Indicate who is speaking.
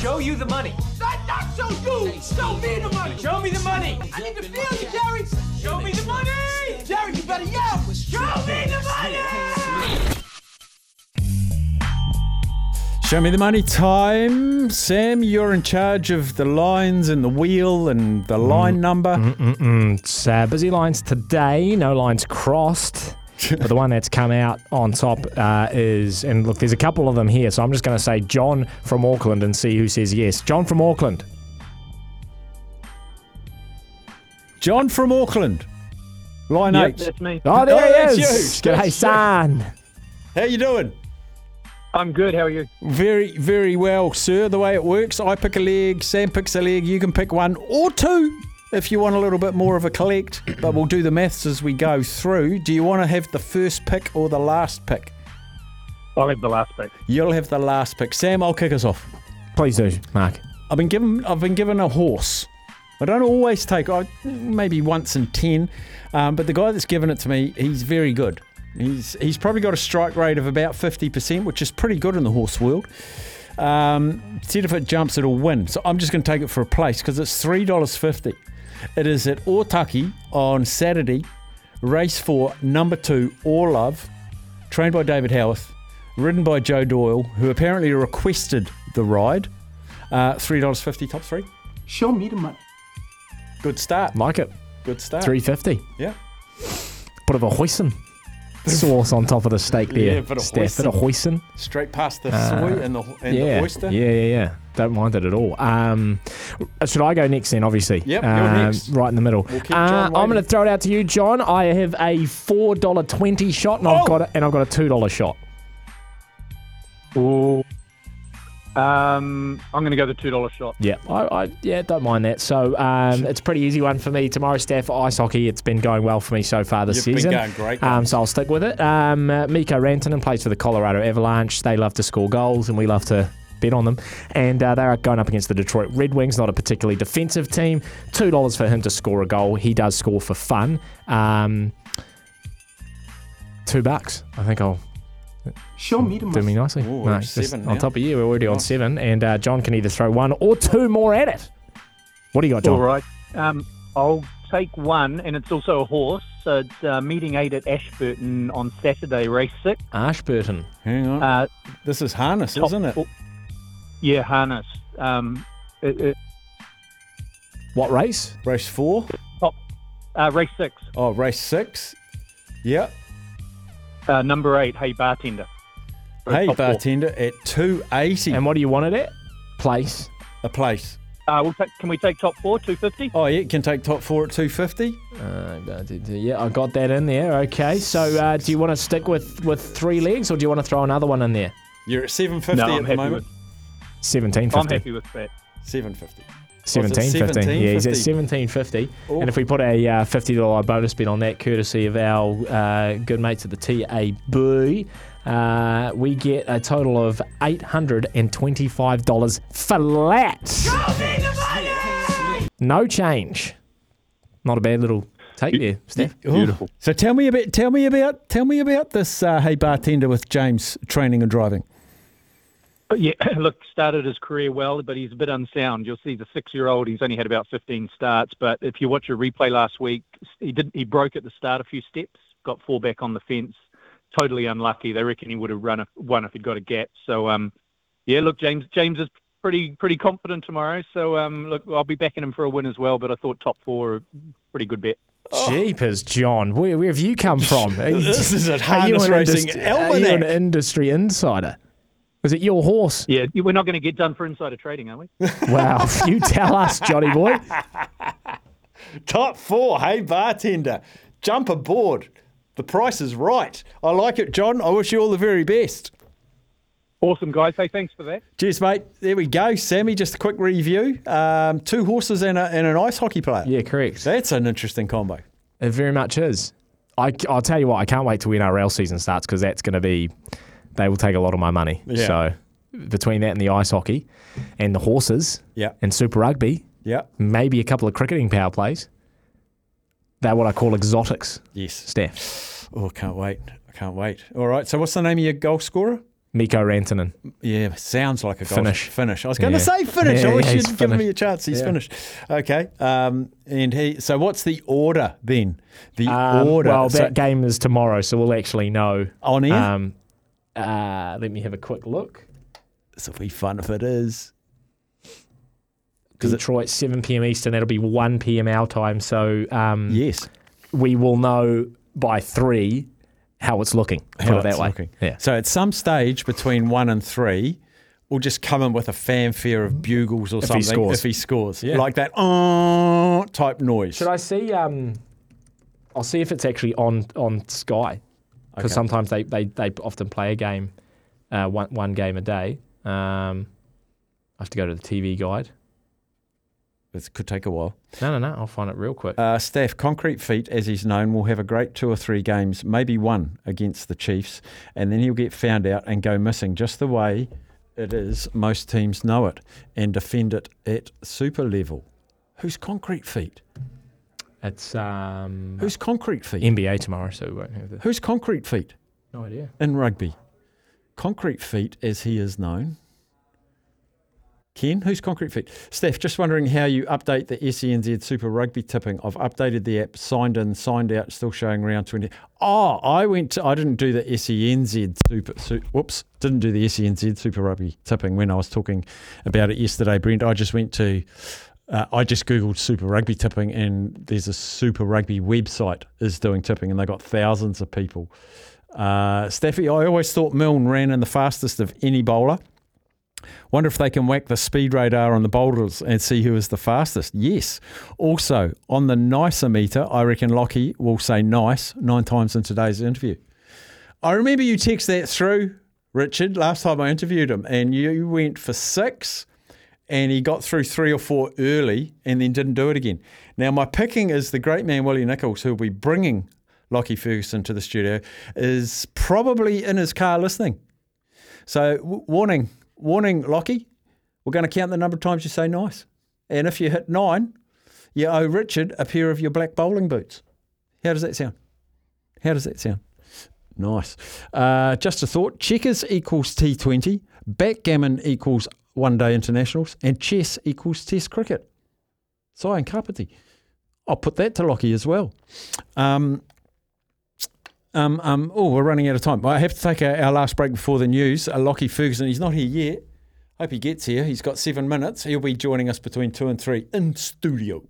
Speaker 1: show you the money.
Speaker 2: Not, not show you. Show me the money.
Speaker 1: Show me the money.
Speaker 2: I need to feel you, Jerry. Show me the money. Jerry, you better yell. Show me the money.
Speaker 3: Show me the money time. Sam, you're in charge of the lines and the wheel and
Speaker 4: Mm-hmm.
Speaker 3: the line number.
Speaker 5: It's uh, busy lines today, no lines crossed. but the one that's come out on top uh, is, and look, there's a couple of them here, so I'm just going to say John from Auckland and see who says yes. John from Auckland.
Speaker 3: John from Auckland. Line
Speaker 4: Yep,
Speaker 3: eight.
Speaker 4: that's me.
Speaker 5: Oh, there
Speaker 3: that's
Speaker 5: he
Speaker 3: you.
Speaker 5: is.
Speaker 3: That's
Speaker 5: G'day,
Speaker 3: you.
Speaker 5: son.
Speaker 3: How you doing?
Speaker 4: I'm good. How are you?
Speaker 3: Very, very well, sir. The way it works, I pick a leg, Sam picks a leg. You can pick one or two if you want a little bit more of a collect, but we'll do the maths as we go through. Do you want to have the first pick or the last pick?
Speaker 4: I'll have the last pick.
Speaker 3: You'll have the last pick. Sam, I'll kick us off.
Speaker 5: Please do, Mark.
Speaker 3: I've been given I've been given a horse. I don't always take I maybe once in ten, um, but the guy that's given it to me, he's very good. He's he's probably got a strike rate of about fifty percent, which is pretty good in the horse world. Um, said if it jumps, it'll win. So I'm just going to take it for a place because it's three dollars fifty. It is at Otaki on Saturday, race four, number two, All Love, trained by David Howarth, ridden by Joe Doyle, who apparently requested the ride. Uh, three dollars fifty, top three.
Speaker 2: Show me the money.
Speaker 3: Good start.
Speaker 5: Like it.
Speaker 3: Good start.
Speaker 5: 350.
Speaker 3: Yeah.
Speaker 5: Bit of a hoisin sauce on top of the steak there.
Speaker 3: Yeah, bit of
Speaker 5: Steph. Bit of hoisin.
Speaker 3: Straight past the soy and the and
Speaker 5: Uh, yeah.
Speaker 3: the oyster.
Speaker 5: Yeah, yeah, yeah. Don't mind it at all. Um, should I go next then, obviously?
Speaker 3: Yep, you're
Speaker 5: Um,
Speaker 3: next.
Speaker 5: Right in the middle. Uh,
Speaker 3: We'll keep John
Speaker 5: I'm going
Speaker 3: waiting.
Speaker 5: to throw it out to you, John. I have a $4.20 shot and,
Speaker 3: Oh!
Speaker 5: I've, got a, and I've got a $2 shot.
Speaker 4: Ooh. Um, I'm going to go the two dollar shot.
Speaker 5: Yeah, I, I yeah, don't mind that. So um, it's a pretty easy one for me. Tomorrow, Staff ice hockey. It's been going well for me so far this
Speaker 3: You've been
Speaker 5: season.
Speaker 3: going great,
Speaker 5: Um, so I'll stick with it. Um, uh, Miko Rantanen plays for the Colorado Avalanche. They love to score goals, and we love to bet on them. And uh, they are going up against the Detroit Red Wings. Not a particularly defensive team. Two dollars for him to score a goal. He does score for fun. Um, two bucks. I think I'll
Speaker 2: Show me the
Speaker 5: do
Speaker 2: money.
Speaker 5: me nicely.
Speaker 3: Ooh, we're
Speaker 5: no,
Speaker 3: on
Speaker 5: just
Speaker 3: seven
Speaker 5: on
Speaker 3: now.
Speaker 5: top of you, we're already on seven, and uh, John can either throw one or two more at it. What do you got, John?
Speaker 4: All right. Um, I'll take one, and it's also a horse. So it's uh, meeting eight at Ashburton on Saturday, race six.
Speaker 5: Ashburton.
Speaker 3: Hang on.
Speaker 4: Uh,
Speaker 3: this is harness,
Speaker 4: top
Speaker 3: isn't it?
Speaker 4: four- Yeah, harness. Um, it, it,
Speaker 5: What race?
Speaker 3: Race four.
Speaker 4: top uh, race six,
Speaker 3: Oh, race six. Yep.
Speaker 4: uh, number eight. Hey, bartender.
Speaker 3: Hey,
Speaker 4: top four.
Speaker 3: bartender at two eighty
Speaker 5: And what do you want it at? Place.
Speaker 3: a place.
Speaker 4: Uh, we'll take, can we take top four, two fifty?
Speaker 3: Oh yeah, can take top four at two fifty.
Speaker 5: Uh, yeah, I got that in there. Okay, so uh, do you want to stick with, with three legs, or do you want to throw another one in there?
Speaker 3: You're at seven
Speaker 4: No,
Speaker 3: fifty
Speaker 4: I'm
Speaker 3: at the
Speaker 4: happy
Speaker 3: moment.
Speaker 5: Seventeen
Speaker 4: I'm
Speaker 5: fifty.
Speaker 4: happy with that.
Speaker 3: Seven fifty.
Speaker 5: Seventeen
Speaker 3: Was it
Speaker 5: fifty. Yeah, he's at
Speaker 3: 17.50?
Speaker 5: seventeen fifty.
Speaker 3: Oh.
Speaker 5: And if we put a uh, fifty dollar bonus bet on that, courtesy of our uh, good mates at the TAB, uh, we get a total of eight hundred and twenty five dollars flat.
Speaker 2: Show me the money.
Speaker 5: No change. Not a bad little take there, Steph.
Speaker 3: Beautiful. So tell me about tell me about tell me about this uh, hey bartender with James training and driving.
Speaker 4: But yeah, look, started his career well, but he's a bit unsound. You'll see the six-year-old; he's only had about 15 starts. But if you watch a replay last week, he did he broke at the start a few steps, got four back on the fence, totally unlucky. They reckon he would have run a, won if he'd got a gap. So, um, yeah, look, James James is pretty pretty confident tomorrow. So, um, look, I'll be backing him for a win as well. But I thought top four, pretty good bet.
Speaker 5: Oh, Jeepers, John. Where, where have you come from?
Speaker 3: This is a
Speaker 5: Are you
Speaker 3: harness
Speaker 5: an
Speaker 3: racing
Speaker 5: industry- Are you an
Speaker 3: almanac.
Speaker 5: industry insider? Was it your horse?
Speaker 4: Yeah, we're not going to get done for insider trading, are we?
Speaker 5: Wow, you tell us, Johnny boy.
Speaker 3: Top four. Hey, bartender, jump aboard. The price is right. I like it, John. I wish you all the very best.
Speaker 4: Awesome, guys. Hey, thanks for that.
Speaker 3: Cheers, mate. There we go. Sammy, just a quick review. Um, two horses and, a, and an ice hockey player.
Speaker 5: Yeah, correct.
Speaker 3: That's an interesting combo.
Speaker 5: It very much is. I, will tell you what, I can't wait till NRL season starts because that's going to be, they will take a lot of my money.
Speaker 3: Yeah.
Speaker 5: So between that and the ice hockey and the horses
Speaker 3: Yeah.
Speaker 5: and Super Rugby,
Speaker 3: Yeah.
Speaker 5: maybe a couple of cricketing power plays, they're what I call exotics,
Speaker 3: Yes.
Speaker 5: Steph.
Speaker 3: Oh, can't wait. I can't wait. All right. So, what's the name of your goal scorer?
Speaker 5: Miko Rantanen.
Speaker 3: Yeah, sounds like a goal.
Speaker 5: Finish.
Speaker 3: Finish. I was going
Speaker 5: Yeah.
Speaker 3: to say finish.
Speaker 5: Yeah,
Speaker 3: I wish
Speaker 5: yeah,
Speaker 3: you'd
Speaker 5: he's
Speaker 3: given me
Speaker 5: finished.
Speaker 3: a chance. He's
Speaker 5: Yeah.
Speaker 3: finished. Okay. Um, and he. So what's the order then? The
Speaker 5: Um,
Speaker 3: order.
Speaker 5: Well, that
Speaker 3: So-
Speaker 5: game is tomorrow, so we'll actually know.
Speaker 3: on air.
Speaker 5: Um, uh, let me have a quick look.
Speaker 3: this will be fun if it is.
Speaker 5: Detroit, 7 p.m. Eastern. That'll be 1 p.m. our time. So um,
Speaker 3: Yes.
Speaker 5: we will know by three how it's looking. put
Speaker 3: How
Speaker 5: it that
Speaker 3: it's
Speaker 5: way.
Speaker 3: looking.
Speaker 5: Yeah.
Speaker 3: So at some stage between one and three, we'll just come in with a fanfare of bugles or
Speaker 5: If he
Speaker 3: something
Speaker 5: scores.
Speaker 3: if he scores. Like that oh, type noise.
Speaker 5: Should I see? Um, I'll see if it's actually on on Sky because
Speaker 3: Okay.
Speaker 5: sometimes they, they they often play a game, uh, one one game a day. Um, I have to go to the TV guide.
Speaker 3: This could take a while.
Speaker 5: No, no, no. I'll find it real quick.
Speaker 3: Uh, Staff, Concrete Feet, as he's known, will have a great two or three games, maybe one against the Chiefs, and then he'll get found out and go missing, just the way it is. Most teams know it and defend it at super level. Who's Concrete Feet?
Speaker 5: it's um,
Speaker 3: Who's Concrete Feet?
Speaker 5: NBA tomorrow, so we won't have the.
Speaker 3: Who's Concrete Feet
Speaker 5: No idea.
Speaker 3: in rugby? Concrete Feet, as he is known. Ken, who's Concrete Feet? Steph, just wondering how you update the SENZ Super Rugby tipping. I've updated the app, signed in, signed out, still showing round 20. Oh, I went to, I didn't do the SENZ Super, su, whoops, didn't do the SENZ Super Rugby tipping when I was talking about it yesterday, Brent. I just went to, uh, I just Googled Super Rugby tipping and there's a Super Rugby website is doing tipping and they got thousands of people. Uh, Staffy, I always thought Milne ran in the fastest of any bowler. Wonder if they can whack the speed radar on the boulders and see who is the fastest. Yes. Also, on the nicer meter, I reckon Lockie will say nice nine times in today's interview. I remember you text that through, Richard, last time I interviewed him, and you went for six, and he got through three or four early and then didn't do it again. Now, my picking is the great man, Willie Nichols, who will be bringing Lockie Ferguson to the studio, is probably in his car listening. So, w- warning, warning, Lockie, we're going to count the number of times you say nice. And if you hit nine, you owe Richard a pair of your black bowling boots. How does that sound? How does that sound? Nice. Uh, just a thought checkers equals T20, backgammon equals one day internationals, and chess equals test cricket. Cyan Kapiti. I'll put that to Lockie as well. Um, um, um, oh, we're running out of time. I have to take our, our last break before the news. Uh, Lockie Ferguson, he's not here yet. Hope he gets here. He's got seven minutes. He'll be joining us between two and three in studio.